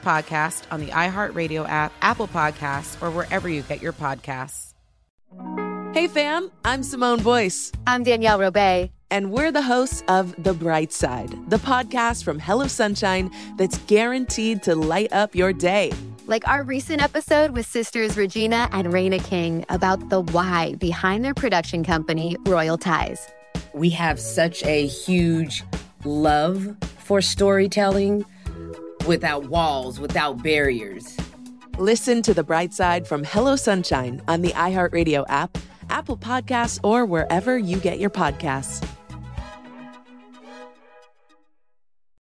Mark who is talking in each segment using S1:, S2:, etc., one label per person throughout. S1: podcast on the iHeartRadio app, Apple Podcasts, or wherever you get your podcasts.
S2: Hey, fam, I'm Simone Boyce.
S3: I'm Danielle Robay.
S2: And we're the hosts of The Bright Side, the podcast from Hello Sunshine that's guaranteed to light up your day.
S3: Like our recent episode with sisters Regina and Raina King about the why behind their production company, Royal Ties.
S4: We have such a huge love for storytelling without walls, without barriers.
S2: Listen to The Bright Side from Hello Sunshine on the iHeartRadio app, Apple Podcasts, or wherever you get your podcasts.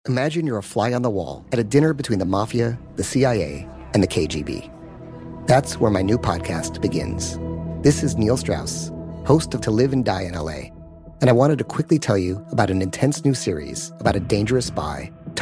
S5: Imagine you're a fly on the wall at a dinner between the mafia, the CIA, and the KGB. That's where my new podcast begins. This is Neil Strauss, host of To Live and Die in LA, and I wanted to quickly tell you about an intense new series about a dangerous spy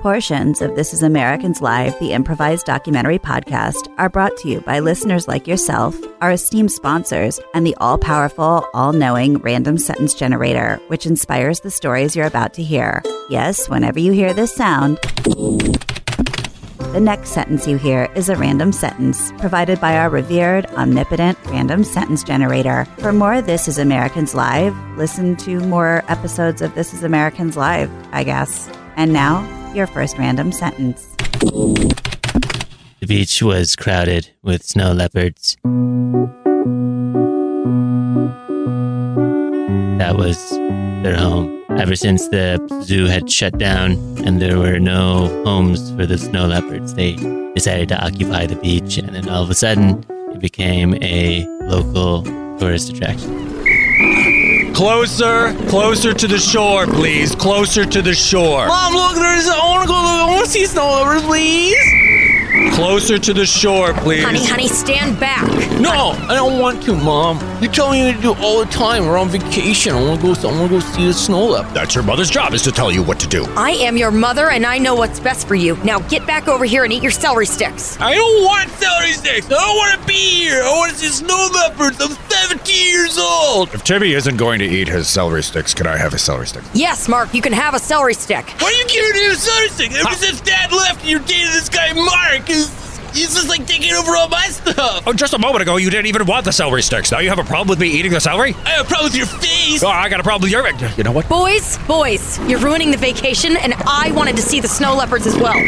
S6: Portions of This is Americans Live, the improvised documentary podcast, are brought to you by listeners like yourself, our esteemed sponsors, and the all powerful, all knowing random sentence generator, which inspires the stories you're about to hear. Yes, whenever you hear this sound, the next sentence you hear is a random sentence provided by our revered, omnipotent random sentence generator. For more This Is Americans Live, listen to more episodes of This Is Americans Live, I guess. And now, your first random sentence.
S7: The beach was crowded with snow leopards. That was their home. Ever since the zoo had shut down and there were no homes for the snow leopards, they decided to occupy the beach, and then all of a sudden, it became a local tourist attraction.
S8: Closer, closer to the shore, please. Closer to the shore.
S9: Mom, look, there's. I want to go. I want to see snow lovers, please.
S8: Closer to the shore, please.
S10: Honey, honey, stand back.
S9: No, I don't want to, Mom. You tell me to do it all the time. We're on vacation. I want to go. I want to go see the snow leopard.
S11: That's your mother's job is to tell you what to do.
S10: I am your mother and I know what's best for you. Now get back over here and eat your celery sticks.
S9: I don't want celery sticks. I don't want to be here. I want to see snow leopards. I'm 17 years old.
S11: If Timmy isn't going to eat his celery sticks, can I have a celery stick?
S10: Yes, Mark, you can have a celery stick.
S9: Why do you keep doing celery sticks? Ever since Dad left, you dated this guy Mark. Is he's just like taking over all my stuff.
S11: Oh, just a moment ago, you didn't even want the celery sticks. Now you have a problem with me eating the celery?
S9: I have a problem with your face.
S11: Oh, I got a problem with your. You know what?
S10: Boys, boys, you're ruining the vacation and I wanted to see the snow leopards as well.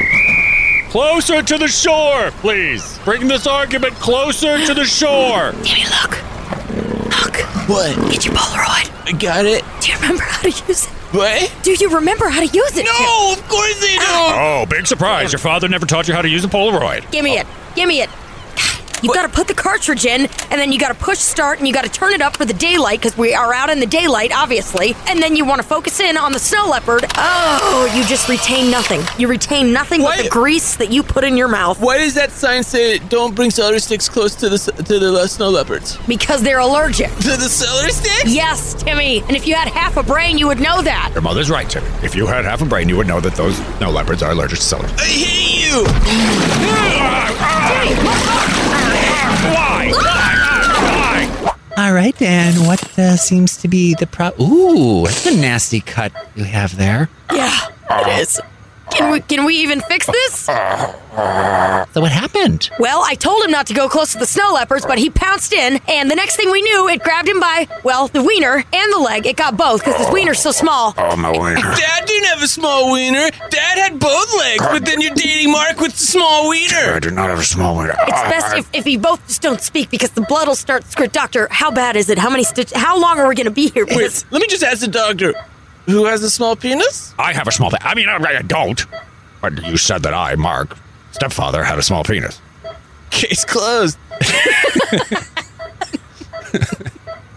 S8: Closer to the shore, please. Bring this argument closer to the shore.
S10: Timmy, look. Look.
S9: What?
S10: Get your Polaroid.
S9: I got it.
S10: Do you remember how to use it?
S9: What?
S10: Do you remember how to use it?
S9: No, of course I don't.
S11: Oh, big surprise. Your father never taught you how to use a Polaroid.
S10: Give me it. Give me it. You gotta put the cartridge in, and then you gotta push start, and you gotta turn it up for the daylight, because we are out in the daylight, obviously. And then you wanna focus in on the snow leopard. Oh, you just retain nothing. You retain nothing
S9: Why-
S10: but the grease that you put in your mouth,
S9: Why does that sign say don't bring celery sticks close to the s- to the uh, snow leopards?
S10: because they're allergic.
S9: To the celery sticks?
S10: Yes, Timmy, and if you had half a brain, you would know that.
S11: Your mother's right, Timmy. If you had half a brain, you would know that those no leopards are allergic to celery.
S9: I hate you.
S11: Why? Why? Why?
S12: All right, Dan. What uh, seems to be the pro? Ooh, that's a nasty cut you have there.
S10: Yeah, it is. Can we, can we even fix this?
S9: Uh-huh.
S12: So what happened?
S10: Well, I told him not to go close to the snow leopards, but he pounced in, and the next thing we knew, it grabbed him by, well, the wiener and the leg. It got both, because his wiener's so small.
S11: Oh, my wiener.
S9: Dad didn't have a small wiener. Dad had both legs, but then you're dating Mark with the small wiener.
S11: do not have a small wiener.
S10: It's best if, if you both just don't speak, because the blood will start. Scr- Doctor, how bad is it? How many stitches? How long are we going to be here?
S9: Wait, let me just ask the doctor. Who has a small penis?
S11: I have a small. I mean, I, I don't. But you said that I, Mark, stepfather, had a small penis.
S13: Case closed.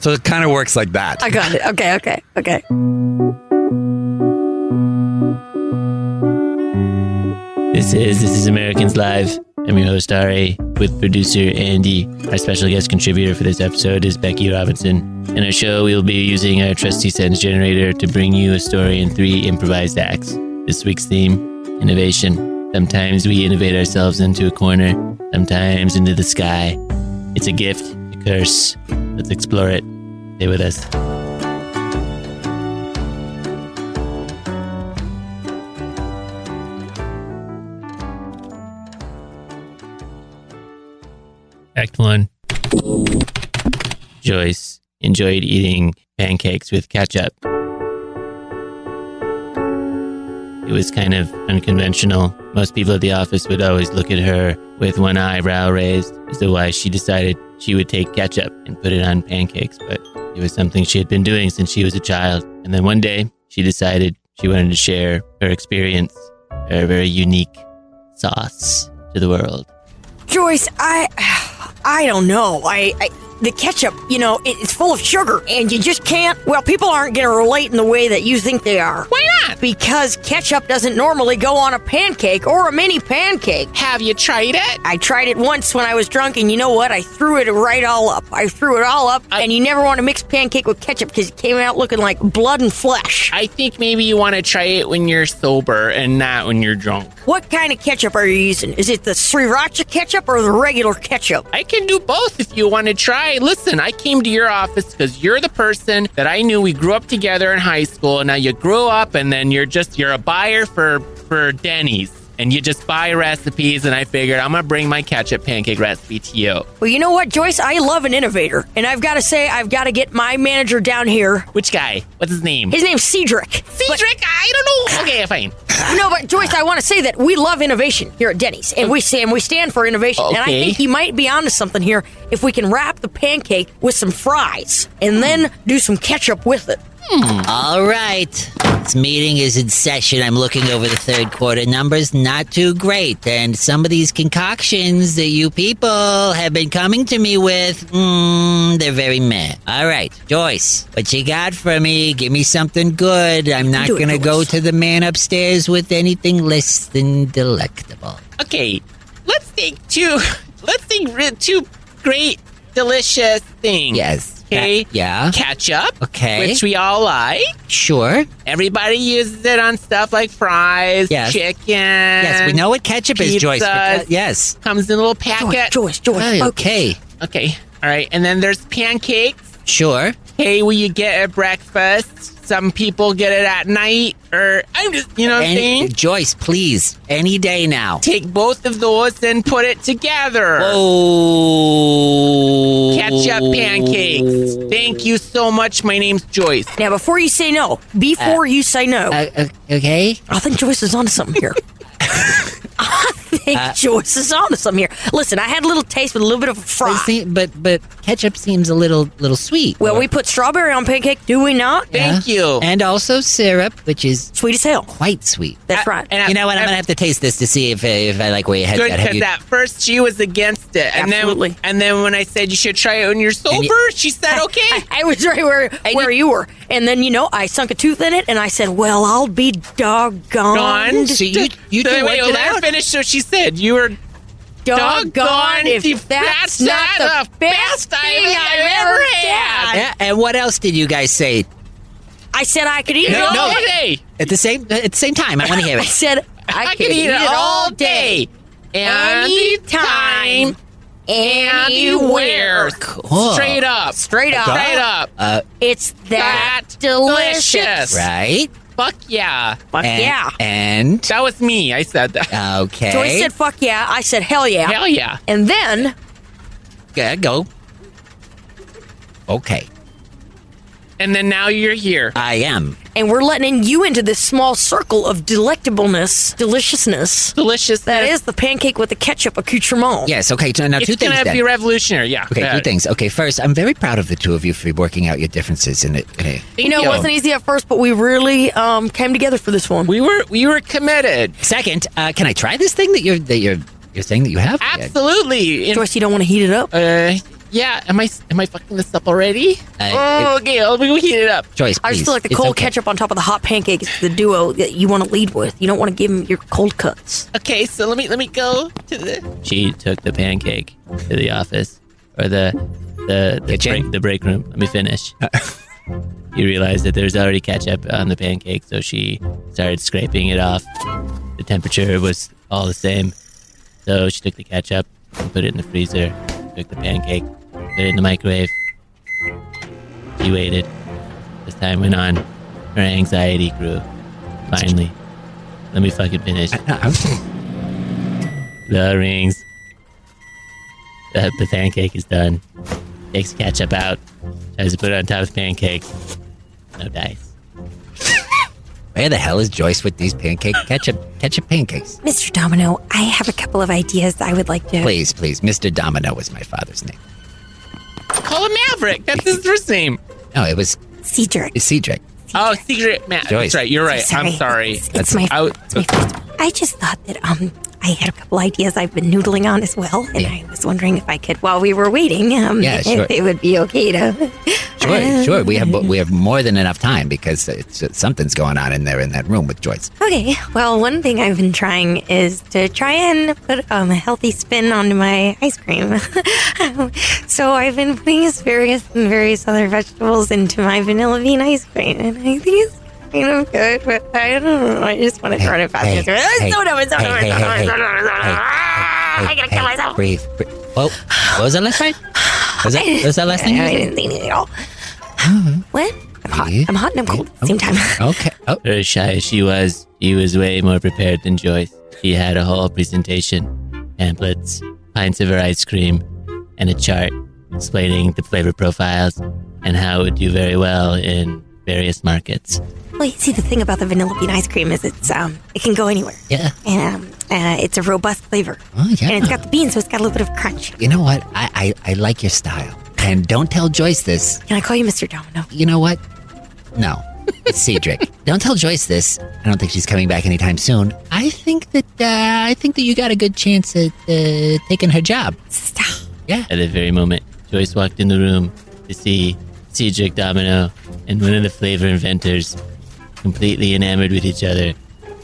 S13: so it kind of works like that.
S10: I got it. Okay, okay, okay.
S7: This is This is Americans Live. I'm your host, Ari, with producer Andy. Our special guest contributor for this episode is Becky Robinson. In our show, we'll be using our trusty sentence generator to bring you a story in three improvised acts. This week's theme innovation. Sometimes we innovate ourselves into a corner, sometimes into the sky. It's a gift, a curse. Let's explore it. Stay with us. Act one. Joyce enjoyed eating pancakes with ketchup. It was kind of unconventional. Most people at the office would always look at her with one eyebrow raised as to why she decided she would take ketchup and put it on pancakes, but it was something she had been doing since she was a child. And then one day, she decided she wanted to share her experience, her very unique sauce to the world.
S10: Joyce, I, I don't know. I, I the ketchup, you know, it, it's full of sugar, and you just can't. Well, people aren't going to relate in the way that you think they are. Why not? Because ketchup doesn't normally go on a pancake or a mini pancake. Have you tried it? I tried it once when I was drunk, and you know what? I threw it right all up. I threw it all up, and you never want to mix pancake with ketchup because it came out looking like blood and flesh.
S8: I think maybe you want to try it when you're sober and not when you're drunk.
S10: What kind of ketchup are you using? Is it the sriracha ketchup or the regular ketchup?
S8: I can do both if you want to try. Listen, I came to your office because you're the person that I knew. We grew up together in high school, and now you grew up, and then you're just you're a buyer for for Denny's, and you just buy recipes. And I figured I'm gonna bring my ketchup pancake recipe to you.
S10: Well, you know what, Joyce? I love an innovator, and I've got to say, I've got to get my manager down here.
S8: Which guy? What's his name?
S10: His name's Cedric. Cedric,
S8: I don't know. Okay, fine.
S10: no, but Joyce, I want to say that we love innovation here at Denny's, and we stand we stand for innovation. And I
S8: Okay.
S10: think you might be onto something here if we can wrap the pancake with some fries and then do some ketchup with it.
S8: Hmm.
S12: All right. This meeting is in session. I'm looking over the third quarter numbers. Not too great. And some of these concoctions that you people have been coming to me with, mm, they're very meh. All right, Joyce, what you got for me? Give me something good. I'm not
S8: Do it,
S12: going to go to the man upstairs with anything less than delectable.
S8: Okay, let's take two. Let's take re- two great, delicious things.
S12: Yes.
S8: Okay.
S12: Yeah.
S8: Ketchup.
S12: Okay.
S8: Which we all like.
S12: Sure.
S8: Everybody uses it on stuff like fries,
S12: Yes.
S8: chicken.
S12: Yes, we know what ketchup is, Joyce, because- yes.
S8: Comes in a little packet. Oh.
S10: Joyce, Joyce.
S12: Okay.
S8: Okay. All right. And then there's pancakes.
S12: Sure.
S8: Hey, will you get at breakfast? Some people get it at night, or I'm just, you know what I'm
S12: Any,
S8: saying?
S12: Joyce, please, any day now.
S8: Take both of those and put it together.
S12: Whoa.
S8: Ketchup pancakes. Thank you so much. My name's Joyce.
S10: Now, before you say no, before
S8: Uh,
S10: you say no,
S12: okay.
S10: I think Joyce is onto something here. I think Joyce is onto something here. Listen, I had a little taste with a little bit of a fry.
S12: Uh, but but ketchup seems a little little sweet.
S10: Well, we put strawberry on pancake, do we not?
S8: Thank you.
S12: And also syrup, which is
S10: sweet as hell.
S12: Quite sweet.
S8: Uh,
S10: That's right.
S12: you know what? I'm gonna have to taste this to see if uh, if I like where your head's
S8: Good,
S12: at. Have
S8: because
S12: you-
S8: at first she was against it, and then and then when I said you should try it when you're sober, she said okay. I,
S10: I was right where where you were, and then you know I sunk a tooth in it, and I said, "Well, I'll be doggone."
S8: Gone. So you- you So two wait, worked it let her out? finish what she said. You were
S10: doggone,
S8: doggone
S10: if, that's, not, the best thing I've ever had.
S12: Yeah, and what else did you guys say?
S10: I said I could eat
S12: No,
S10: it all
S12: no.
S10: day.
S12: At the same at the same time, I want to hear
S10: I
S12: it.
S10: said I,
S8: could eat it all day,
S10: anytime,
S8: anywhere.
S10: anywhere,
S12: Cool.
S8: Straight up.
S10: straight up,
S8: Straight up.
S12: Uh,
S10: It's that, delicious,
S12: right?
S8: Fuck yeah.
S10: Fuck
S12: and,
S10: yeah.
S12: And that
S8: was me. I said that.
S12: Okay.
S10: Joyce said, "Fuck yeah!" I said, "Hell yeah!"
S8: Hell yeah.
S10: And then
S12: Yeah, go. Okay.
S7: and then now you're here.
S12: I am.
S10: And we're letting you into this small circle of delectableness, deliciousness.
S7: Delicious.
S10: That is the pancake with the ketchup accoutrement.
S12: Yes, okay, so now two
S10: It's gonna
S12: things. then.
S10: be
S7: revolutionary, yeah.
S12: Okay,
S10: Uh,
S12: two things. Okay, first, I'm very proud of the two of you for working out your differences in it. In a-
S10: You know, it
S12: Yo.
S10: wasn't easy at first, but we really um, came together for this one.
S7: We were we were committed.
S12: Second, uh, can I try this thing that you're that you're you're saying that you have?
S7: Absolutely.
S10: Joyce, you don't want to heat it up?
S7: Uh, yeah. Am I am I fucking this up already?
S12: Uh,
S7: oh, okay. I'll- We'll heat it up.
S12: Joyce,
S10: I just feel like the cold ketchup on top of the hot pancake is the duo that you want to lead with. You don't want to give them your cold cuts.
S7: Okay, so let me let me go to the. She took the pancake to the office or the the the break, the break room. Let me finish. you realize that there's already ketchup on the pancake, so she started scraping it off. The temperature was all the same, so she took the ketchup and put it in the freezer. Took the pancake, put it in the microwave. She waited. As time went on, her anxiety grew. Finally, let me fucking finish. the rings. The, the pancake is done. Takes the ketchup out. Tries to put it on top of the pancake. No dice.
S12: Where the hell is Joyce with these pancake ketchup ketchup pancakes?
S10: Mr. Domino, Oh, I have a couple of ideas that I would like to.
S12: Please, please, Mr. Domino was my father's name.
S7: Call him Maverick. That's his first name.
S12: No, it was
S10: Cedric.
S12: Cedric.
S7: Oh, secret Matt.
S12: Joyce.
S7: That's right. You're right. I'm sorry.
S10: It's my, it's my first. I just thought that um, I had a couple ideas I've been noodling on as well, and I was wondering if I could, while we were waiting, um,
S12: Yeah, sure.
S10: if it would be okay to. Uh.
S12: Sure, sure. We have we have more than enough time because it's, something's going on in there in that room with Joyce.
S10: Okay, well, one thing I've been trying is to try and put um, a healthy spin onto my ice cream. Um, so I've been putting asparagus and various other vegetables into my vanilla bean ice cream, and I think it's kind of good, but I don't know. I just want to turn it faster.
S12: Hey,
S10: It's
S12: hey,
S10: so dumb, it's so
S12: hey,
S10: dumb, it's
S12: hey,
S10: so dumb,
S12: hey,
S10: it's so dumb, it's so dumb.
S12: hey,
S10: Ah, I
S12: hey,
S10: gotta kill
S12: hey,
S10: myself.
S12: Breathe. breathe. Whoa, what was that last night? Was that, was that last
S10: I
S12: name?
S10: didn't think anything at
S12: Oh,
S10: all. What? I'm hot. I'm hot and I'm cold at the same time.
S12: Okay. Oh.
S7: As shy as she was, she was way more prepared than Joyce. She had a whole presentation, pamphlets, pints of her ice cream, and a chart explaining the flavor profiles and how it would do very well in various markets.
S10: Well, you see, the thing about the vanilla bean ice cream is it's um, it can go anywhere.
S12: Yeah.
S10: And um, uh, it's a robust flavor.
S12: Oh, yeah.
S10: And it's got the bean, so it's got a little bit of crunch.
S12: You know what? I, I, I like your style. And don't tell Joyce this.
S10: Can I call you Mr. Domino?
S12: You know what? No. It's Cedric. don't tell Joyce this. I don't think she's coming back anytime soon. I think that uh, I think that you got a good chance at uh, taking her job.
S10: Stop.
S12: Yeah.
S7: At that very moment, Joyce walked in the room to see Cedric Domino and one of the flavor inventors completely enamored with each other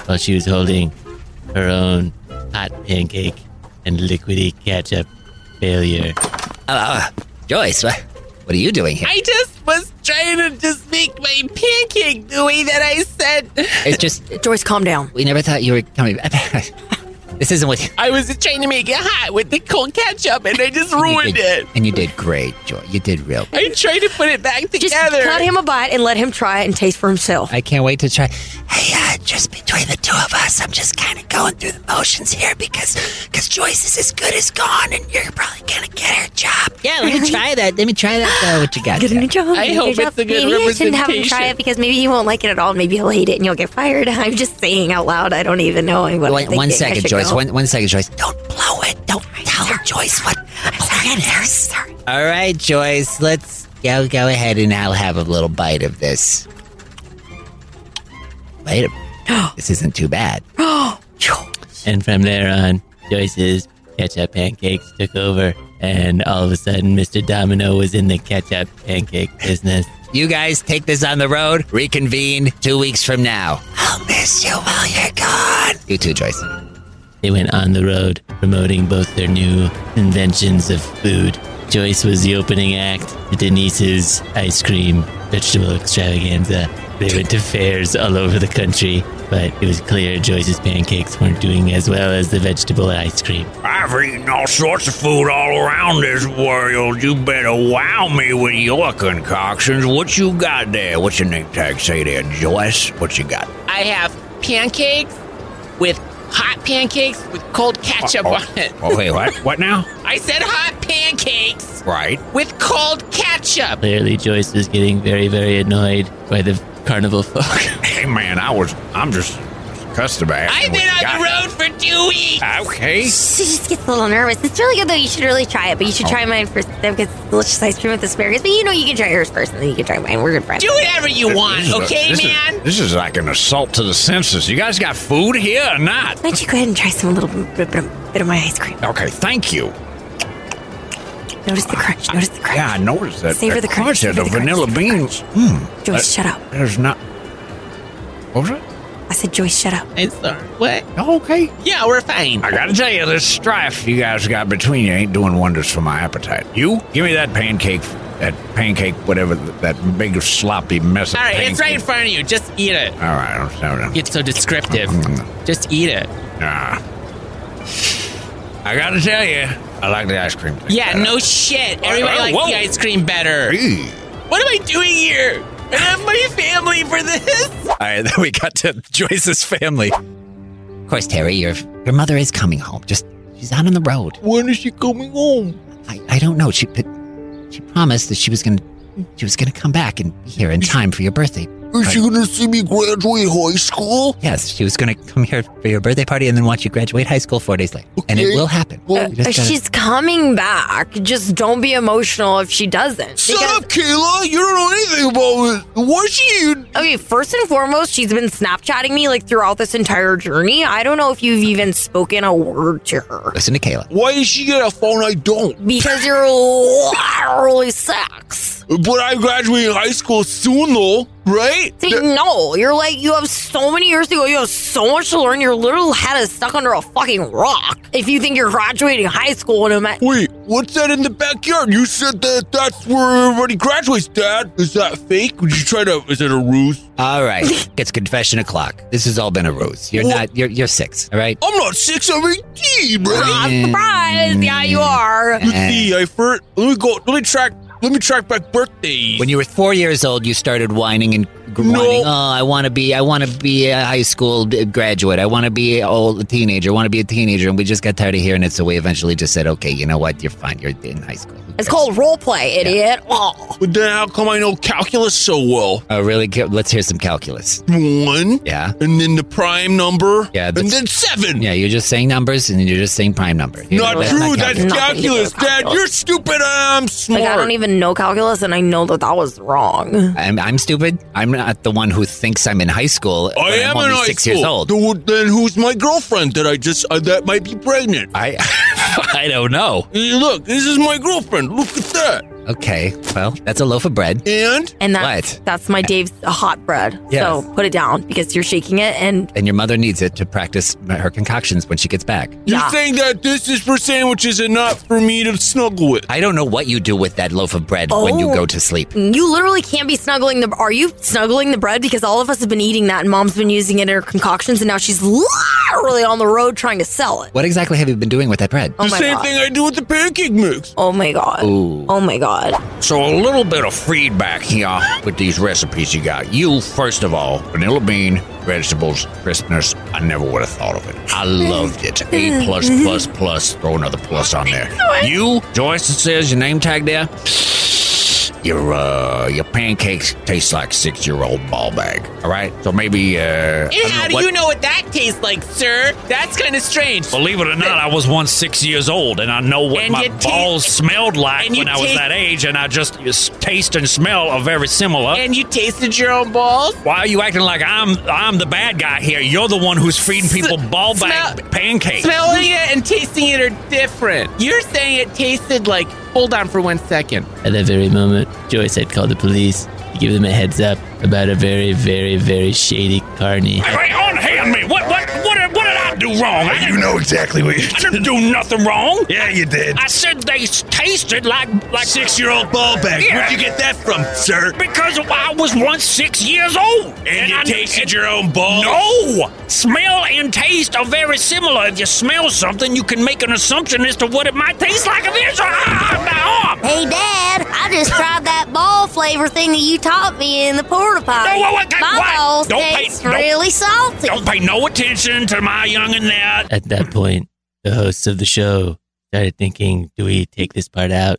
S7: while she was holding her own hot pancake and liquidy ketchup failure.
S12: Uh, Joyce, what, what are you doing here?
S14: I just was trying to just make my pancake the way that I said.
S12: It's just
S10: Joyce, calm down.
S12: We never thought you were coming back. this isn't what
S14: I was trying to make it hot with the cold ketchup, and I just ruined it.
S12: And you did great, Joy. You did real.
S14: I tried to put it back together.
S10: Just cut him a bite and let him try it and taste for himself.
S12: I can't wait to try.
S14: Hey, uh, just between the two of us, I'm just kind of going through the motions here because because Joyce is as good as gone, and you're probably gonna get her job.
S12: Yeah, let me try that. Let me try that. Uh, what you got?
S10: Get
S12: there.
S10: him a job.
S14: I
S10: get
S14: hope
S10: a job.
S14: it's a good
S10: Maybe I shouldn't have him try
S14: representation.
S10: it because maybe he won't like it at all. Maybe he'll hate it and you'll get fired. I'm just saying out loud. I don't even know what I'm
S12: One, one
S10: thinking. I
S12: second,
S10: should
S12: Joyce.
S10: go.
S12: One, one second, Joyce. Don't.
S14: Blow it. Don't tell Joyce what the plan is. Sorry.
S12: All right, Joyce. Let's go. Go ahead, and I'll have a little bite of this. Wait. a- this isn't too bad.
S14: Oh,
S7: And from there on, Joyce's ketchup pancakes took over, and all of a sudden, Mr. Domino was in the ketchup pancake business.
S12: You guys take this on the road. Reconvene two weeks from now.
S14: I'll miss you while you're gone.
S12: You too, Joyce.
S7: They went on the road, promoting both their new inventions of food. Joyce was the opening act to Denise's ice cream vegetable extravaganza. They went to fairs all over the country, but it was clear Joyce's pancakes weren't doing as well as the vegetable ice cream.
S11: I've eaten all sorts of food all around this world. You better wow me with your concoctions. What you got there? What's your name tag say there, Joyce? What you got?
S7: I have pancakes
S14: with hot pancakes with cold ketchup
S11: Oh,
S14: on it.
S11: oh, wait, what? What now?
S14: I said hot
S8: pancakes
S11: Right.
S8: with cold ketchup.
S7: Clearly, Joyce is getting very, very annoyed by the carnival folk.
S11: Hey, man, I was. I'm just accustomed to
S12: Oh
S8: I've been on the road for two weeks.
S11: Okay.
S10: She just gets a little nervous. It's really good though. You should really try it, but you
S12: Oh.
S10: should try mine first. Then because it's delicious ice cream with asparagus. But you know you can try yours first, and then you can try mine. We're good friends.
S8: Do whatever you want,
S11: is a-
S8: okay,
S11: this is-
S8: man?
S11: this is like an assault to the senses. You guys got food here or not?
S10: Why don't you go ahead and try some little bit, bit, of- bit of my ice cream?
S11: Okay, thank you.
S10: Notice the crunch. Notice the crunch.
S11: Yeah, I noticed that.
S10: Savor
S11: that
S10: the crunch,
S11: there,
S10: savor
S11: The,
S10: the crunch,
S11: vanilla beans. Mm,
S10: Joyce,
S11: that-
S10: shut up.
S11: There's not. What was it?
S10: I said, Joyce, shut up.
S8: It's sorry. What?
S11: Okay.
S8: Yeah, we're fine.
S11: I gotta tell you, this strife you guys got between you ain't doing wonders for my appetite. You give me that pancake, that pancake, whatever, that big sloppy mess.
S8: All
S11: of
S8: right,
S11: pancake.
S8: it's right in front of you. Just eat it.
S11: All right, I'm sorry.
S8: It's so descriptive.
S11: Mm-hmm.
S8: Just eat it.
S11: Nah. I gotta tell you, I like the ice cream. thing
S8: Yeah,
S11: better.
S8: no shit. Everybody
S11: Oh,
S8: likes
S11: whoa.
S8: the ice cream better.
S11: Hey.
S8: What am I doing here? I have my family for this.
S13: All right, then we got to Joyce's family.
S12: Of course, Terry, your your mother is coming home. Just she's out on the road.
S8: When is she coming home?
S12: I, I don't know. She but she promised that she was gonna she was gonna come back and be here in time for your birthday.
S9: Is she gonna see me graduate high school?
S12: Yes, she was gonna come here for your birthday party and then watch you graduate high school four days later, and it will happen. You just gotta-
S10: She's coming back. Just don't be emotional if she doesn't.
S9: Shut up, Kayla! You don't know anything about it. Why's she here?
S10: Okay, first and foremost, she's been Snapchatting me like throughout this entire journey. I don't know if you've even spoken a word to her.
S12: Listen to Kayla.
S9: Why is she get a phone I don't?
S10: Because you're literally sex.
S9: But I graduated high school soon, though, right?
S10: See, no, you're like, you have so many years to go. You have so much to learn. Your little head is stuck under a fucking rock. If you think you're graduating high school in a ma-
S9: Wait, what's that in the backyard? You said that that's where everybody graduates, Dad. Is that fake? Would you try to? Is it a ruse?
S12: All right, it's confession o'clock. This has all been a ruse. You're not. You're you're six. All right.
S9: I'm not six. I'm eighteen, bro.
S10: I'm surprised. Yeah, you are.
S9: Let's see, I first. Let me go. Let me track. Let me track back birthday.
S12: When you were four years old, you started whining and gr- whining. Oh, I want to be, I want to be a high school d- graduate. I want to be old, a teenager. I want to be a teenager. And we just got tired of hearing it, so we eventually just said, okay, you know what? You're fine. You're in high school.
S10: It's called role play, idiot. Oh.
S9: But then how come I know calculus so well?
S12: Oh, really? Ca- Let's hear some calculus.
S9: One.
S12: Yeah.
S9: And then the prime number.
S12: Yeah,
S9: And then seven.
S12: Yeah, you're just saying numbers, and then you're just saying prime number. You
S9: Not
S12: know,
S9: true.
S12: not
S9: that's
S12: calculus.
S9: calculus, Dad. You're stupid. I'm smart.
S10: Like, I don't even know calculus, and I know that that was wrong.
S12: I'm, I'm stupid. I'm not the one who thinks I'm in high school.
S9: Oh, I
S12: when
S9: am
S12: I'm only
S9: in high
S12: six
S9: school.
S12: years old.
S9: Dude, then who's my girlfriend that I just uh, that might be pregnant?
S12: I I don't know.
S9: Look, this is my girlfriend. Look at that.
S12: Okay, well, that's a loaf of bread.
S9: And
S10: And that's,
S12: What?
S10: that's my Dave's hot bread.
S12: Yes.
S10: So put it down because you're shaking it. And
S12: and your mother needs it to practice her concoctions when she gets back.
S9: You're saying that this is for sandwiches and not for me to snuggle with.
S12: I don't know what you do with that loaf of bread when you
S10: Oh.
S12: go to sleep.
S10: you literally can't be snuggling the. Are you snuggling the bread? Because all of us have been eating that, and mom's been using it in her concoctions, and now she's literally on the road trying to sell it.
S12: What exactly have you been doing with that bread?
S10: Oh
S9: the
S10: my
S9: same
S10: God.
S9: thing I do with the pancake mix.
S10: Oh my God.
S12: Ooh.
S10: Oh my God.
S11: So a little bit of feedback here with these recipes you got. You first of all, vanilla bean, vegetables, crispness. I never would have thought of it. I loved it. A plus plus plus. Throw another plus on there. You, Joyce, it says your name tag there. Your uh, your pancakes taste like six year old ball bag. All right. So maybe. Uh, I don't
S8: And how do
S11: what-
S8: you know what that tastes like, sir? That's kind of strange.
S14: Believe it or not, I was once six years old, and I know what
S8: And
S14: my
S8: you ta-
S14: balls smelled like
S8: and you
S14: when I was
S8: ta-
S14: that age, and I just s- taste and smell are very similar.
S8: And you tasted your own balls?
S14: Why are you acting like I'm I'm the bad guy here? You're the one who's feeding people ball bag
S8: smell-
S14: pancakes.
S8: Smelling it and tasting it are different. You're saying it tasted like. Hold on for one second.
S7: At that very moment, Joyce had called the police to give them a heads up about a very, very, very shady carny.
S14: Hey, unhand me! What what what did, what did I do wrong? I
S11: You know exactly what.
S14: I didn't do nothing wrong.
S11: Yeah, you did.
S14: I said they s- tasted like like
S9: Six year old ball bag. Where'd you get that from, sir?
S14: Because I was once six years old. And,
S9: you
S14: I,
S9: tasted your own balls?
S14: No! Smell and taste are very similar. If you smell something, you can make an assumption as to what it might taste like. If it's ah, my arm!
S15: Hey, Dad, I just tried that ball flavor thing that you taught me in the porta potty.
S14: No, wait, wait,
S15: My
S14: wait.
S15: balls
S14: Don't pay-
S15: taste
S14: don't-
S15: really salty.
S14: Don't pay no attention to my youngin' there.
S7: At that point, the hosts of the show started thinking, do we take this part out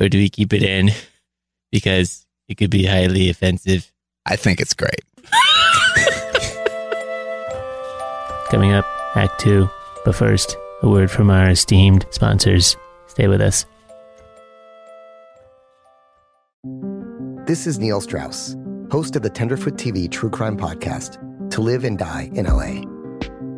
S7: or do we keep it in? Because it could be highly offensive.
S13: I think it's great.
S7: Coming up, Act Two. But first, a word from our esteemed sponsors. Stay with us.
S5: This is Neil Strauss, host of the Tenderfoot TV True Crime Podcast, To Live and Die in LA.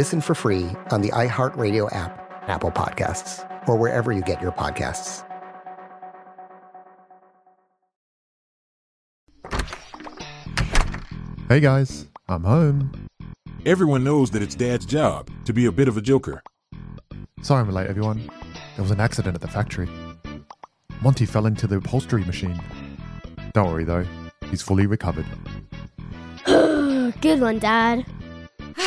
S5: Listen for free on the iHeartRadio app, Apple Podcasts, or wherever you get your podcasts.
S16: Hey guys, I'm home.
S17: Everyone knows that it's Dad's job to be a bit of a joker.
S16: Sorry I'm late, everyone. There was an accident at the factory. Monty fell into the upholstery machine. Don't worry though, he's fully recovered.
S18: Good one, Dad.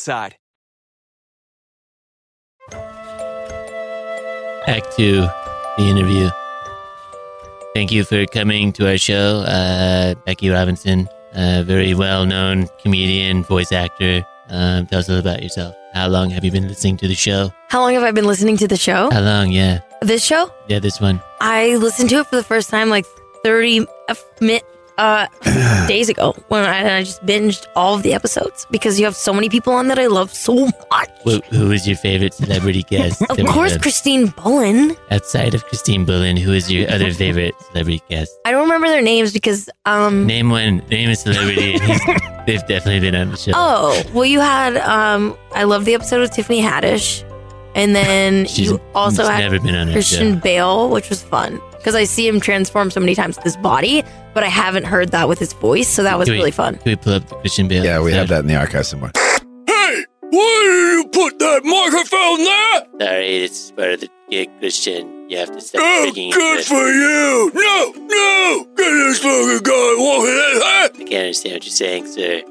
S19: Side.
S7: Act Two, the interview. Thank you for coming to our show, uh, Becky Robinson, a very well known comedian, voice actor. Um, tell us a little about yourself. How long have you been listening to the show?
S10: How long have I been listening to the show?
S7: How long? Yeah.
S10: This show?
S7: Yeah, this one.
S10: I listened to it for the first time like 30 f- mi- uh, days ago when I, I just binged all of the episodes because you have so many people on that I love so much.
S7: Who, who is your favorite celebrity guest? that
S10: Of
S7: we
S10: course,
S7: have?
S10: Christine Bullen.
S7: Outside of Christine Bullen, who is your other favorite celebrity guest?
S10: I don't remember their names because, um,
S7: Name one. Name a celebrity. and he's- they've definitely been on the show.
S10: oh, well, you had, um, I love the episode with Tiffany Haddish. And then
S7: She's-
S10: you also
S7: she's
S10: had
S7: never been on our
S10: Christian
S7: show.
S10: Bale, which was fun because I see him transform so many times with his body, but I haven't heard that with his voice. So that was
S7: Can we-
S10: really fun.
S7: Can we pull up the Christian Bale?
S13: Yeah, we have that in the archive somewhere.
S7: Hey, why did you put that microphone there? Sorry, it's part of the gig, Christian. You have to stop
S9: Oh,
S7: speaking.
S9: good for you! No, no! Get this fucking guy walking in, huh?
S7: I can't understand what you're saying, sir.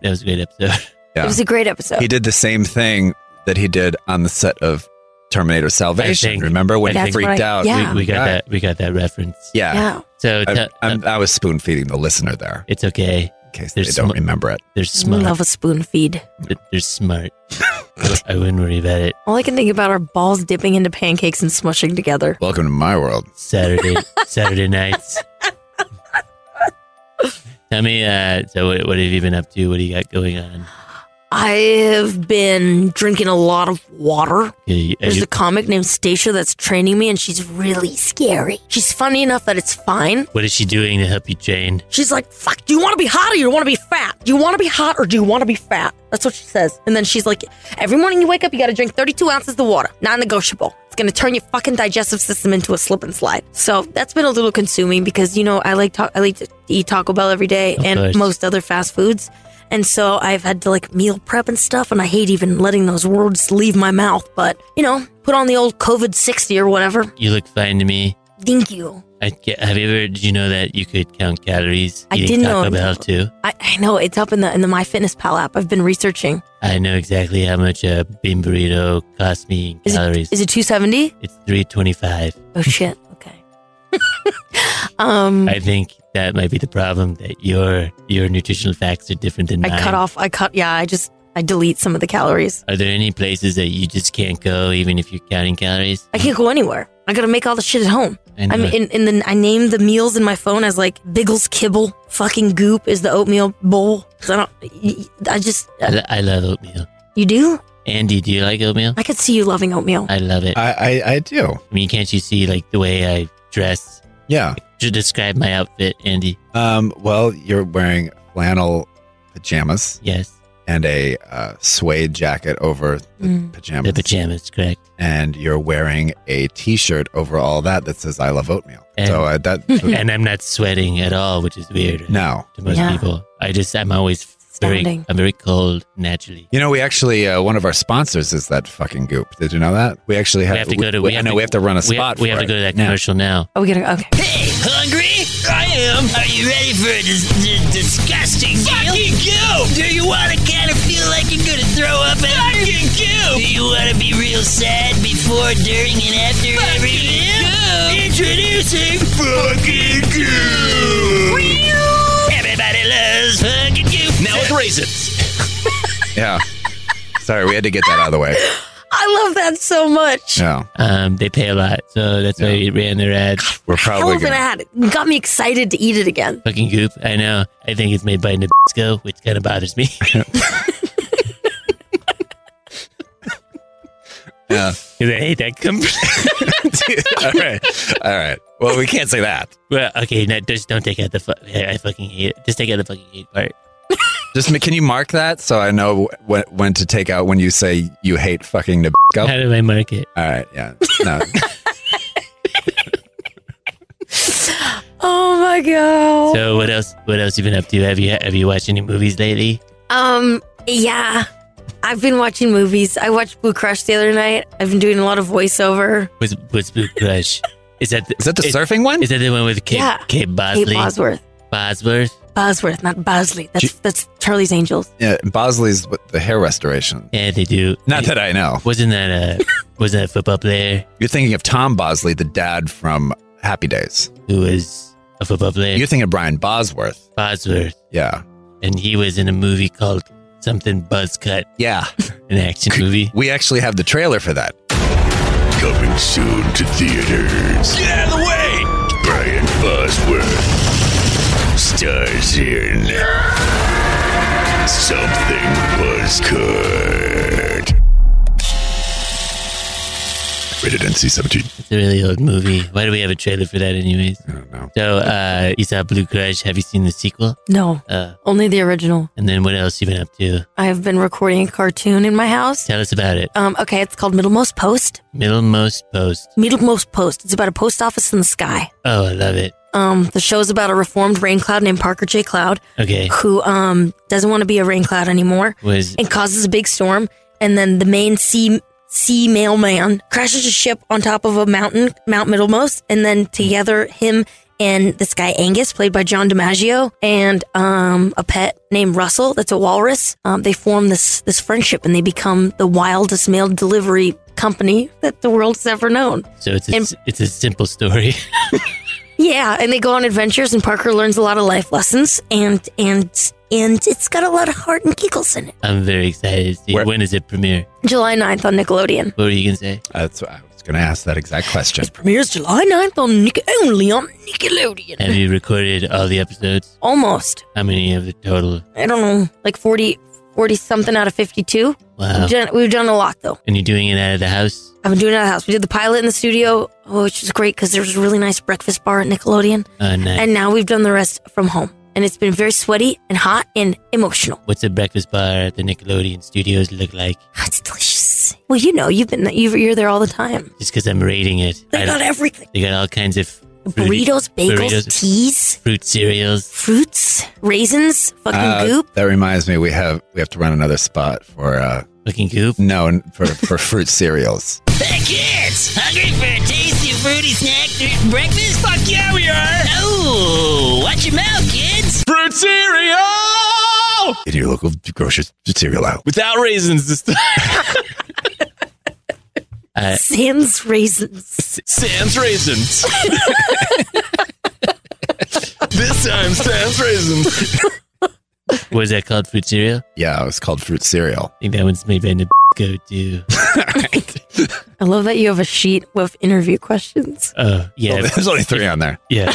S7: That was a great episode.
S10: It was a great episode.
S13: He did the same thing that he did on the set of Terminator Salvation. Remember when
S10: I
S13: he
S10: think-
S13: freaked
S10: That's
S13: out?
S10: right. Yeah.
S7: We, we got that. We got that reference.
S13: Yeah.
S10: Yeah.
S7: So uh,
S13: I, I'm, I was spoon feeding the listener there.
S7: It's okay.
S13: In case they don't remember it.
S7: They're smart.
S10: love a spoon feed.
S7: But They're smart. I wouldn't worry about it.
S10: All I can think about are balls dipping into pancakes and smushing together.
S13: Welcome to my world.
S7: Saturday Saturday nights. Tell me, uh, so what, what have you been up to? What do you got going on?
S10: I've been drinking a lot of water.
S7: Okay,
S10: There's
S7: you-
S10: a comic named Stacia that's training me, and she's really scary. She's funny enough that it's fine.
S7: What is she doing to help you, Jane?
S10: She's like, fuck, do you want to be hot or you want to be fat? Do you want to be hot or do you want to be fat? That's what she says. And then she's like, every morning you wake up, you got to drink 32 ounces of water, non negotiable. It's going to turn your fucking digestive system into a slip and slide. So that's been a little consuming because, you know, I like, ta- I like to eat Taco Bell every day
S7: Of
S10: and
S7: course.
S10: most other fast foods. And so I've had to like meal prep and stuff. And I hate even letting those words leave my mouth. But, you know, put on the old COVID 60 or whatever.
S7: You look fine to me.
S10: Thank you.
S7: I ca- have you ever? Did you know that you could count calories?
S10: I
S7: eating
S10: didn't
S7: Taco
S10: know
S7: Bell
S10: that.
S7: too.
S10: I, I know it's up in the in the MyFitnessPal app. I've been researching.
S7: I know exactly how much a bean burrito cost me in
S10: Is
S7: calories.
S10: it is it two seventy?
S7: it's three twenty-five.
S10: Oh shit. Okay. um,
S7: I think that might be the problem that your your nutritional facts are different than mine.
S10: I cut off. I cut. Yeah, I just I delete some of the calories.
S7: Are there any places that you just can't go, even if you're counting calories?
S10: I can't go anywhere. I gotta make all the shit at home.
S7: I know.
S10: I'm in, in the. I named the meals in my phone as like Biggles Kibble, fucking Goop is the oatmeal bowl. 'Cause I don't. y- y- I just.
S7: I, lo- I love oatmeal.
S10: You do?
S7: Andy, do you like oatmeal?
S10: I could see you loving oatmeal.
S7: I love it.
S13: I, I, I do.
S7: I mean, can't you see like the way I dress?
S13: Yeah.
S7: To describe my outfit, Andy.
S13: Um, well, you're wearing flannel pajamas.
S7: Yes.
S13: And a uh, suede jacket over the
S7: Mm.
S13: pajamas.
S7: The pajamas, correct.
S13: And you're wearing a t-shirt over all that that says "I love oatmeal."
S7: And-
S13: so uh, that
S7: and I'm not sweating at all, which is weird.
S13: No.
S7: to most
S13: Yeah.
S7: people, I just I'm always very
S13: Astounding.
S7: I'm very cold naturally.
S13: You know, we actually uh, one of our sponsors is that fucking Goop. Did you know that? We actually have,
S7: we have to go to.
S13: I know we have to run a
S7: we
S13: spot.
S7: Have, we
S13: for
S7: have to
S13: it
S7: go to that
S13: now.
S7: commercial now.
S10: Oh, we gotta. Okay.
S14: Hey, hungry? I am. Are you ready for a dis- dis- disgusting Fucking deal? Fucking you! Do you want to kind of feel like you're gonna throw up after? Fucking you! Do you want to be real sad before, during, and after every meal? Introducing fucking you! Everybody loves fucking you. Now with raisins.
S13: Yeah. Sorry, we had to get that out of the way.
S10: I love that so much.
S13: Yeah.
S7: Um, they pay a lot, so that's why we ran their ad.
S13: We're
S10: Hell of an ad. Got me excited to eat it again.
S7: fucking goop. I know. I think it's made by Nabisco, which kind of bothers me.
S13: Yeah.
S7: Because I hate that company.
S13: all right. All right. Well, we can't say that.
S7: Well, okay, no, just don't take out the. Fu- I I fucking hate it. Just take out the fucking hate part.
S13: Just ma- can you mark that so I know when, when to take out when you say you hate fucking Nabisco?
S7: How do I mark it?
S13: All right. Yeah. No.
S10: Oh my god.
S7: So what else? What else you been up to? Have you have you watched any movies lately?
S10: Um, yeah. I've been watching movies. I watched Blue Crush the other night. I've been doing a lot of voiceover.
S7: What's what's Blue Crush? Is that the,
S13: is that the surfing one?
S7: Is that the one with Kate
S10: Yeah.
S7: Kate Bosley?
S10: Bosworth.
S7: Bosworth.
S10: Bosworth, not Bosley. That's
S13: Ju-
S10: that's Charlie's Angels.
S13: yeah. Bosley's with the hair restoration.
S7: Yeah, they do.
S13: Not that I know.
S7: Wasn't that a wasn't that a football player
S13: You're thinking of Tom Bosley, the dad from Happy Days.
S7: who was a football player?
S13: You're thinking of Brian Bosworth.
S7: Bosworth,
S13: Yeah.
S7: and he was in a movie called something Buzzcut,
S13: Yeah.
S7: an action movie.
S13: We actually have the trailer for that.
S20: Coming soon to theaters. Get out of the way! Brian Bosworth stars in Something Was Good. Rated NC 17.
S7: It's a really old movie. Why do we have a trailer for that, anyways? I
S13: don't know.
S7: So, uh, you saw Blue Crush. Have you seen the sequel?
S10: No,
S7: Uh,
S10: only the original.
S7: and then what else you been up to?
S10: I have been recording a cartoon in my house.
S7: Tell us about it.
S10: Um, okay, it's called Middlemost Post.
S7: Middlemost Post.
S10: Middlemost Post. It's about a post office in the sky.
S7: Oh, I love it.
S10: Um, the show's about a reformed rain cloud named Parker J. Cloud,
S7: Okay.
S10: who um doesn't want to be a rain cloud anymore.
S7: Was
S10: and causes a big storm. And then the main sea sea mailman crashes his ship on top of a mountain, Mount Middlemost. And then together, him and this guy Angus, played by John DiMaggio, and um, a pet named Russell, that's a walrus. Um, they form this this friendship, and they become the wildest mail delivery company that the world's ever known.
S7: so it's a,
S10: and-
S7: it's a simple story.
S10: Yeah, and they go on adventures, and Parker learns a lot of life lessons, and and and it's got a lot of heart and giggles in it.
S7: I'm very excited to see it. when does it premiere.
S10: July 9th on Nickelodeon.
S7: What were you gonna say?
S13: That's what I was gonna ask that exact question.
S10: premieres July 9th on Nick- only on Nickelodeon.
S7: Have you recorded all the episodes?
S10: Almost.
S7: How many of the total?
S10: I don't know, like 40, 40 something out of 52.
S7: Wow.
S10: We've, done, we've done a lot though.
S7: And you're doing it out of the house?
S10: I've been doing it at the house. We did the pilot in the studio, oh, which is great because there was a really nice breakfast bar at Nickelodeon.
S7: Oh, nice.
S10: And now we've done the rest from home. And it's been very sweaty and hot and emotional.
S7: What's the breakfast bar at the Nickelodeon studios look like?
S10: It's delicious. Well, you know, you've been you've, you're there all the time.
S7: Just because I'm rating it.
S10: They
S7: I
S10: got
S7: don't-
S10: everything.
S7: They got all kinds of fruity-
S10: Burritos, bagels, teas,
S7: fruit cereals.
S10: fruits, raisins, fucking
S13: Uh,
S10: goop.
S13: That reminds me, we have we have to run another spot for uh,
S7: looking goop.
S13: No, n- for for fruit cereals.
S1: Hey kids! Hungry for a tasty fruity snack during breakfast? Fuck yeah, we are!
S14: Oh,
S1: No! Watch your mouth, kids! Fruit cereal!
S13: In your local grocery cereal aisle.
S8: Without raisins this time.
S7: Uh,
S10: Sans raisins.
S8: Sans raisins. this time, sans raisins.
S7: What is that called? Fruit cereal?
S13: Yeah, it was called fruit cereal.
S7: I think that one's made by Nabisco too.
S10: I love that you have a sheet with interview questions.
S7: Uh, yeah.
S13: Well, there's only three on there.
S7: Yeah.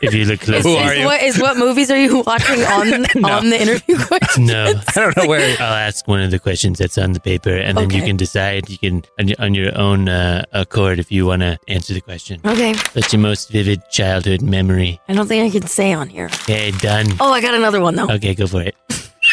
S7: if you look close.
S10: is, is What, is what movies are you watching on on the interview questions?
S7: No, I don't know where. I'll ask one of the questions that's on the paper, and then you
S10: Okay.
S7: can decide. You can on your, on your own uh, accord if you want to answer the question.
S10: Okay.
S7: What's your most vivid childhood memory?
S10: I don't think I can say on here.
S7: Okay, done.
S10: Oh, I got another one though.
S7: Okay, go for it.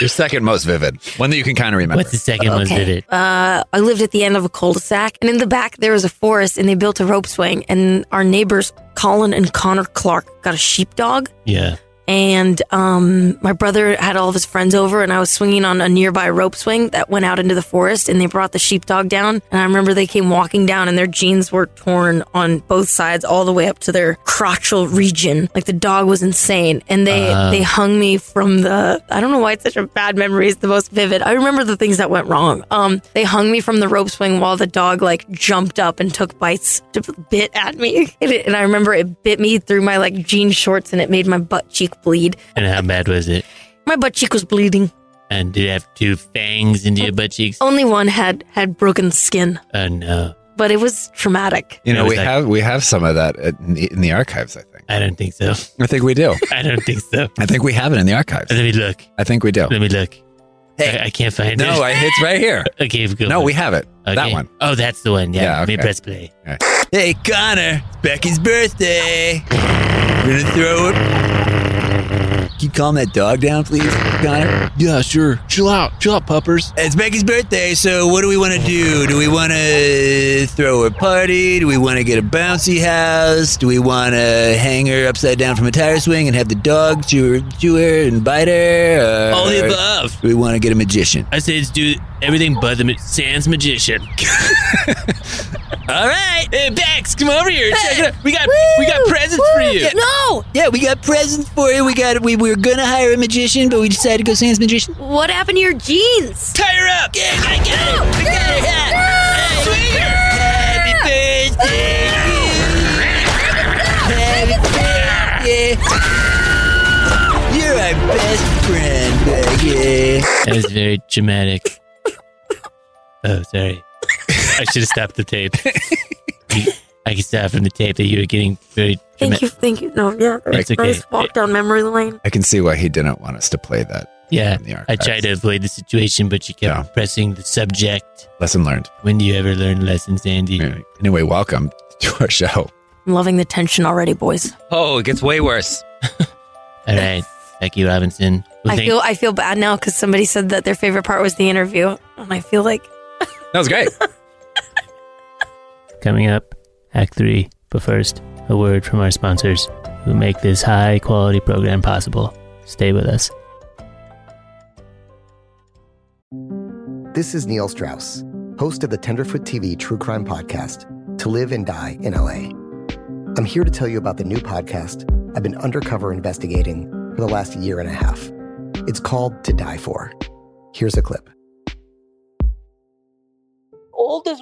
S13: Your second most vivid, one that you can kind of remember.
S7: What's the second most
S10: Okay.
S7: vivid?
S10: Uh, I lived at the end of a cul-de-sac, and in the back there was a forest, and they built a rope swing. And our neighbors, Colin and Connor Clark, got a sheepdog,
S7: Yeah.
S10: and um, my brother had all of his friends over, and I was swinging on a nearby rope swing that went out into the forest, and they brought the sheepdog down. And I remember they came walking down, and their jeans were torn on both sides, all the way up to their crotchal region. Like the dog was insane, and they
S21: Ah.
S10: they hung me from the. I don't know why it's such a bad memory. It's the most vivid. I remember the things that went wrong. Um, they hung me from the rope swing while the dog like jumped up and took bites, to bit at me, and, it, and I remember it bit me through my like jean shorts, and it made my butt cheek bleed.
S7: And how bad was it?
S10: My butt cheek was bleeding.
S7: And did it have two fangs into your butt cheeks?
S10: Only one had had broken skin,
S7: Oh no,
S10: but it was traumatic.
S13: You know,
S7: It was
S13: we
S7: like-
S13: have we have some of that at, in, the, in the archives. I think.
S7: I don't think so.
S13: I think we do.
S7: I don't think so.
S13: I think we have it in the archives.
S7: Let me look.
S13: I think we do.
S7: Let me look. I, I can't find it.
S13: No, I, it's right here.
S7: Okay, go
S13: No,
S7: for
S13: we
S7: it.
S13: have it. That
S7: Okay.
S13: one.
S7: Oh, that's the one. Yeah.
S13: Yeah,
S7: Let me
S13: okay.
S7: press play.
S1: Hey, Connor, it's Becky's birthday. Gonna throw it.
S13: Can you calm that dog down, please, Connor?
S1: Yeah, sure. Chill out. Chill out, puppers. It's Becky's birthday, so what do we want to do? Do we want to throw a party? Do we want to get a bouncy house? Do we want to hang her upside down from a tire swing and have the dog chew her, chew her and bite her? Or,
S7: All the above.
S1: Do we want to get a magician?
S7: I say, let's do everything but the ma- Sans magician. All right, hey Bex, come over here. Check it out. We got we got presents for you.
S1: Yeah. Yeah, we got presents for you. We got we, we were gonna hire a magician, but we decided to go Sans magician.
S10: What happened to your jeans?
S1: Tie her up. Yeah, I got it. We got it. Yeah. Hey, swing her. Happy birthday. to you. Happy birthday. You're our best friend, Becky.
S7: That was very dramatic. Oh, sorry. I should have stopped the tape. You- I can stop from the tape that you were getting very.
S10: Thank you, thank you. No, yeah,
S7: It's
S10: I
S7: okay.
S10: just walked down memory lane.
S13: I can see why he didn't want us to play that.
S7: Yeah,
S13: in the
S7: I
S13: archives.
S7: tried to avoid the situation, but you kept pressing the subject.
S13: Lesson learned.
S7: When do you ever learn lessons, Andy?
S13: Anyway, welcome to our show.
S10: I'm loving the tension already, boys.
S6: Oh, it gets way worse.
S7: All right, Becky Robinson. Well,
S10: I
S7: thank-
S10: feel I feel bad now because somebody said that their favorite part was the interview, and I feel like
S6: That was great.
S7: Coming up, Act 3. But first, a word from our sponsors who make this high quality program possible. Stay with us.
S5: This is Neil Strauss, host of the Tenderfoot TV True Crime Podcast, To Live and Die in LA. I'm here to tell you about the new podcast I've been undercover investigating for the last year and a half. It's called To Die For. Here's a clip.
S22: all these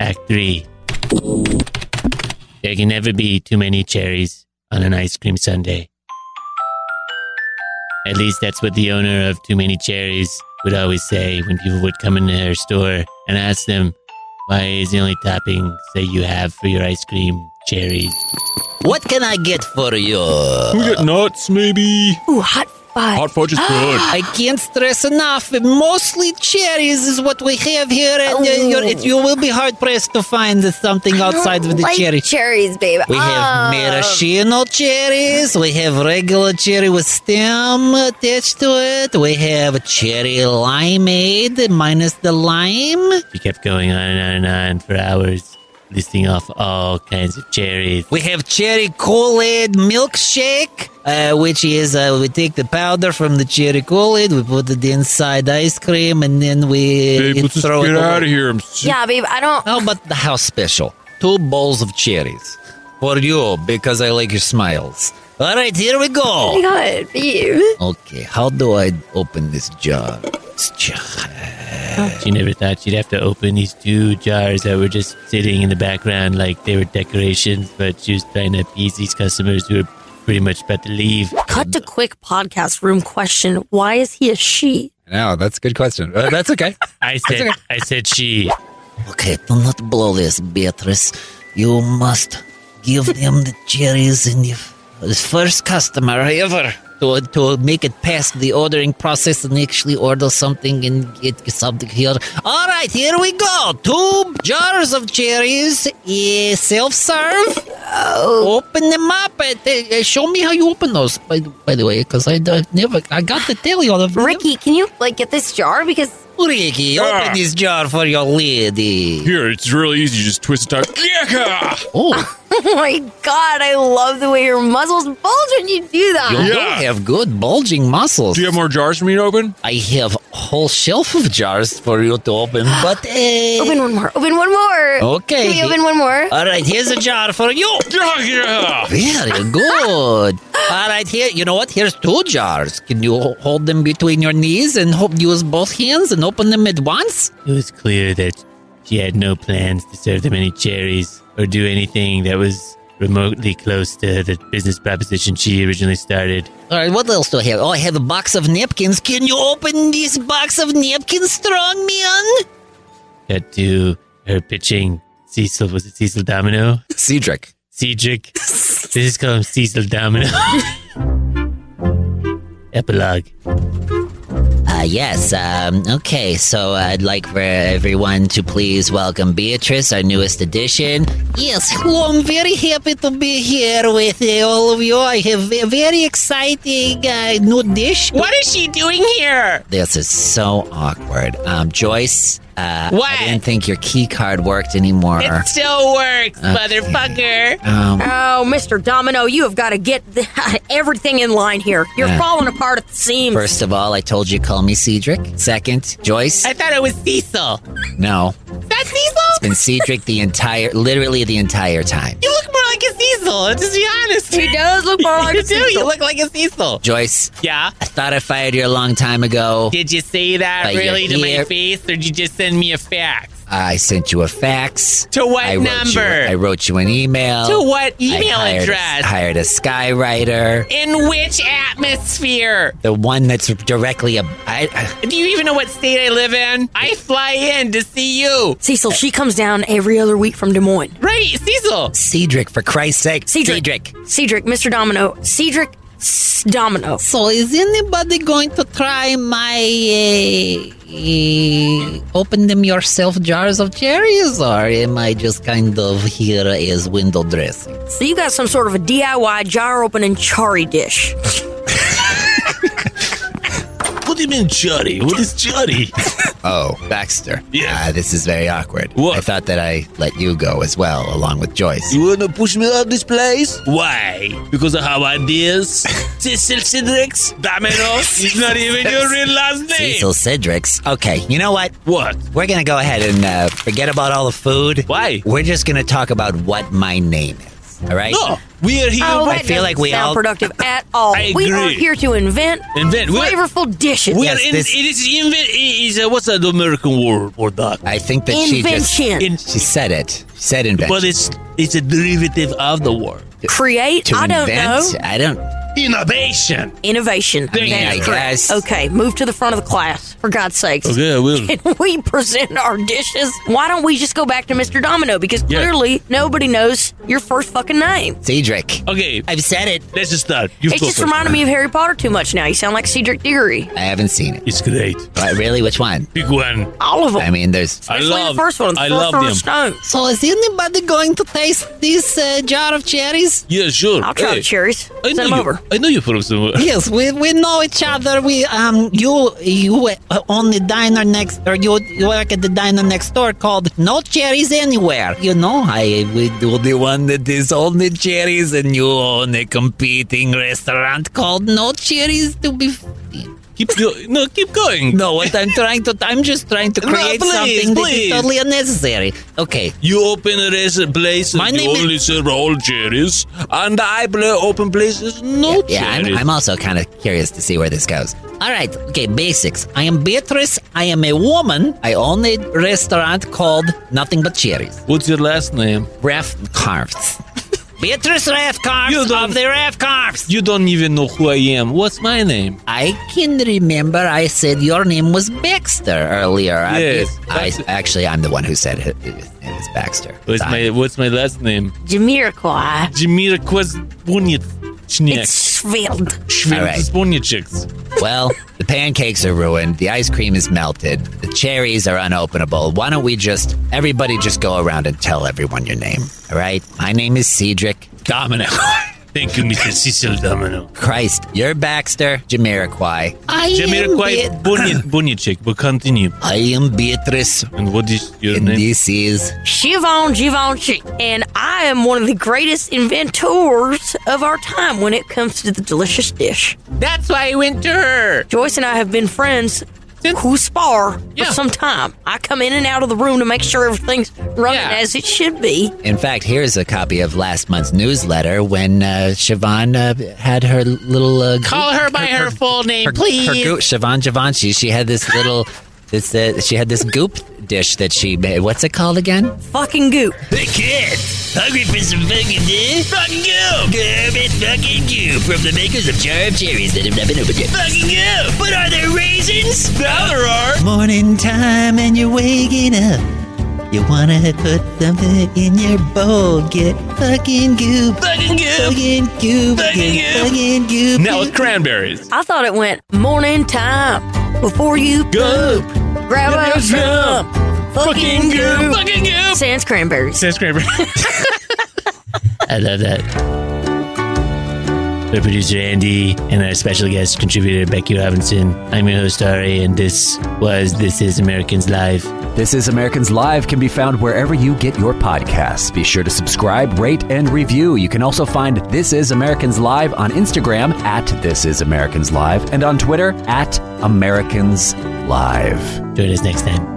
S7: Act three. There can never be too many cherries on an ice cream sundae. At least that's what the owner of Too Many Cherries would always say when people would come into her store and ask them, why is the only topping that you have for your ice cream cherries?
S12: What can I get for you?
S7: We get nuts, maybe?
S12: Ooh, hot fudge.
S7: Hot fudge is good.
S12: I can't stress enough. Mostly cherries is what we have here, and uh, you're, it, you will be hard pressed to find something outside of the
S23: like
S12: cherry.
S23: cherries, babe.
S12: We have
S23: Ah.
S12: maraschino cherries. We have regular cherry with stem attached to it. We have cherry limeade minus the lime.
S7: She kept going on and on and on for hours, listing off all kinds of cherries.
S12: We have cherry Kool-Aid milkshake, uh, which is uh, we take the powder from the cherry Kool-Aid, we put it inside ice cream, and then we Babe, let's just get outta here.
S23: Yeah, babe, I don't.
S12: How about the house special? Two bowls of cherries for you because I like your smiles. All right, here we
S23: Oh my
S12: go.
S23: god, babe.
S12: Okay, how do I open this jar? This jar.
S7: She never thought she'd have to open these two jars that were just sitting in the background like they were decorations, but she was trying to appease these customers who were pretty much about to leave.
S10: Cut to quick podcast room question. Why is he a she?
S13: No, that's a good question. Uh, that's okay.
S7: I said, I said she.
S12: Okay, do not blow this, Beatrice. You must give them the cherries in the the first customer ever to, to make it past the ordering process and actually order something and get something here. All right, here we go. Two jars of cherries, eh, self-serve.
S23: Oh.
S12: Open them up. And, eh, eh, show me how you open those, by, the- by the way, because I don't- never, I got to tell you all of
S23: Ricky, can you like get this jar because
S12: Ricky, open this jar for your lady.
S24: Here, it's really easy. You just twist and tuck.
S12: Oh,
S23: Oh my god, I love the way your muzzles bulge when you do that.
S12: You don't have good bulging muscles. Do you have more jars for me to open? I have a whole shelf of jars for you to open, but eh,
S23: Open one more. Open one more.
S12: Okay.
S23: Can we open one more?
S12: all right, here's a jar for you. Very good. All right, here, you know what? Here's two jars. Can you ho- hold them between your knees and hope use both hands and open them at once?
S7: It was clear that she had no plans to serve them any cherries or do anything that was remotely close to the business proposition she originally started.
S12: All right, what else do I have? Oh, I have a box of napkins. Can you open this box of napkins, strong man?
S7: Cut to her pitching Cecil. Was it Cecil Domino?
S13: Cedric.
S7: Cedric. This is called Cecil Domino. epilogue.
S12: Uh, yes. Um, okay, so I'd like for everyone to please welcome Beatrice, our newest addition.
S20: Yes, hello. I'm very happy to be here with uh, all of you. I have a very exciting uh, new dish.
S8: What is she doing here?
S12: This is so awkward. Um, Joyce, uh, I didn't think your key card worked anymore.
S8: It still works,
S12: Okay.
S8: motherfucker.
S12: Um,
S10: Oh, Mr. Domino, you have got to get the, everything in line here. You're
S12: Yeah.
S10: falling apart at the seams.
S12: First of all, I told you call me Cedric. Second, Joyce.
S8: I thought it was Cecil.
S12: No,
S8: That's Cecil?
S12: it's been Cedric the entire, literally the entire time.
S8: You look more like a Cecil. Just be honest. He
S10: does look more like
S8: you
S10: a
S8: Do. You
S10: Cecil.
S8: look like a Cecil.
S12: Joyce.
S8: Yeah.
S12: I thought I fired you a long time ago.
S8: Did you say that
S12: But you're
S8: really to my
S12: here.
S8: face, or did you just send me a fax?
S12: I sent you a fax.
S8: To what
S12: I wrote you-
S8: number?
S12: I wrote you an email.
S8: To what email
S12: I hired
S8: address?
S12: A, hired a skywriter.
S8: In which atmosphere?
S12: The one that's directly ab I, I-
S8: Do you even know what state I live in? I fly in to see you.
S10: Cecil, she comes down every other week from Des Moines.
S8: Right, Cecil.
S12: Cedric, for Christ's sake.
S10: Cedric.
S12: Cedric.
S10: Cedric, Mr. Domino. Cedric S- Domino.
S20: So, is anybody going to try my uh, uh, open them yourself jars of cherries, or am I just kind of here as window dressing?
S10: So you got some sort of a DIY jar opening chari dish.
S12: What do you mean, Juddy? What is Juddy? oh, Baxter. Yeah. Uh, this is very awkward. What? I thought that I let you go as well, along with Joyce.
S9: You wanna push me out this place? Why? Because I have ideas. Cecil Cedrix Domino's is not even your real last name.
S12: Cecil Cedric's. Okay, you know what? What? We're gonna go ahead and uh, forget about all the food. Why? We're just gonna talk about what my name is. All right?
S9: No, we are here.
S10: Oh,
S12: I
S10: that
S12: feel like
S10: doesn't
S12: we
S10: sound
S12: all
S10: productive at all.
S9: I
S10: We
S9: agree.
S10: are here to invent,
S9: Invent. We're-
S10: flavorful dishes.
S9: We are in, it is even it is uh, what's the American word for that?
S12: I think that she just she said it. She said invention.
S9: but it's it's a derivative of the word.
S10: Create?
S12: to
S10: I don't
S12: invent?
S10: know.
S12: I don't.
S9: Innovation.
S10: Innovation.
S9: There you
S10: That's
S9: go.
S10: correct.
S9: Yes.
S10: Okay, move to the front of the class, for God's sakes.
S9: Okay, I will.
S10: Can we present our dishes? Why don't we just go back to Mr. Domino? Because
S9: Yeah.
S10: clearly nobody knows your first fucking name.
S12: Cedric.
S9: Okay.
S12: I've said it.
S9: Let's just start. You
S10: it just reminded me of Harry Potter too much now. You sound like Cedric Diggory.
S12: I haven't seen it.
S9: It's great.
S12: really? Which one?
S9: Big one.
S10: All of them.
S12: I mean, there's.
S9: I love the first one. I love them.
S20: So, is anybody going to taste this uh, jar of cherries?
S9: Yeah, sure.
S20: I'll try the
S10: cherries.
S9: I know
S20: Send 'em
S9: you.
S20: over.
S9: I know you from somewhere.
S20: Yes, we, we know each other. We um you you uh, own the diner next or you, you work at the diner next door called No Cherries Anywhere. You know I
S12: We do the one that is only cherries, and you own a competing restaurant
S20: called No Cherries to be.
S9: Keep going. No, keep going.
S20: No, what I'm trying to I'm just trying to
S9: No,
S20: create
S9: please,
S20: something that
S9: please.
S20: is totally unnecessary. Okay.
S9: You open a restaurant place and you only serve all cherries, and I play open places no
S12: Yeah, I'm,
S9: cherries.
S12: I'm also kind of curious to see where this goes.
S20: All right, okay, basics. I am Beatrice. I am a woman. I own a restaurant called Nothing But Cherries.
S9: What's your last name?
S12: Ref Carves.
S20: Beatrice Rathcarps of the Rathcarps.
S9: You don't even know who I am. What's my name?
S20: I can remember I said your name was Baxter.
S12: There earlier, I-
S9: Yes,
S12: I, actually I'm the one who said it. His name is Baxter.
S9: What's my What's my last name?
S10: Jamiroquai.
S9: Jamiroquai Bunyatsniak.
S10: Svelte.
S12: All right. Well, the pancakes are ruined. The ice cream is melted. The cherries are unopenable. Why don't we just everybody just go around and tell everyone your name? All right. My name is Cedric Domino.
S9: Thank you, Mr. Cecil Domino.
S12: Christ, you're Baxter Jamiroquai.
S20: I
S9: Jamiroquai Buny- Bunyachik, but continue.
S12: I am Beatrice.
S9: And what is your name?
S12: This is
S10: Shivon Givenchy. And I am one of the greatest inventors of our time when it comes to the delicious dish.
S8: That's why I went to her.
S10: Joyce and I have been friends who spar for some time. I come in and out of the room to make sure everything's running as it should be.
S12: In fact, here's a copy of last month's newsletter when uh, Siobhan uh, had her little. Uh,
S8: Call her by her, full name, please.
S12: Her goop, Siobhan Givenchy. She had this little. this uh, she had this goop dish that she made. What's it called again?
S10: Fucking goop.
S20: Hey kid, hungry for some fucking dish? Fucking goop! Gourmet fucking goop from the makers of Jar of Cherries that have not been opened yet. Fucking goop! But are there raisins? Now there are!
S12: Morning time and you're waking up. You wanna put something in your bowl? Get fucking goop. Fucking goop. Fucking goop. Get Fucking goop.
S25: Now with cranberries.
S10: I thought it went morning time before you goop. Grab a jump. Fucking goop. Fucking goop. Sans cranberries.
S7: Sans cranberries. I love that. Our producer Andy and our special guest contributor Becky Robinson. I'm your host Ari, and this was This Is Americans Live.
S13: This Is Americans Live can be found wherever you get your podcasts. Be sure to subscribe, rate, and review. You can also find This Is Americans Live on Instagram at This Is Americans Live and on Twitter at Americans Live.
S7: Join us next time.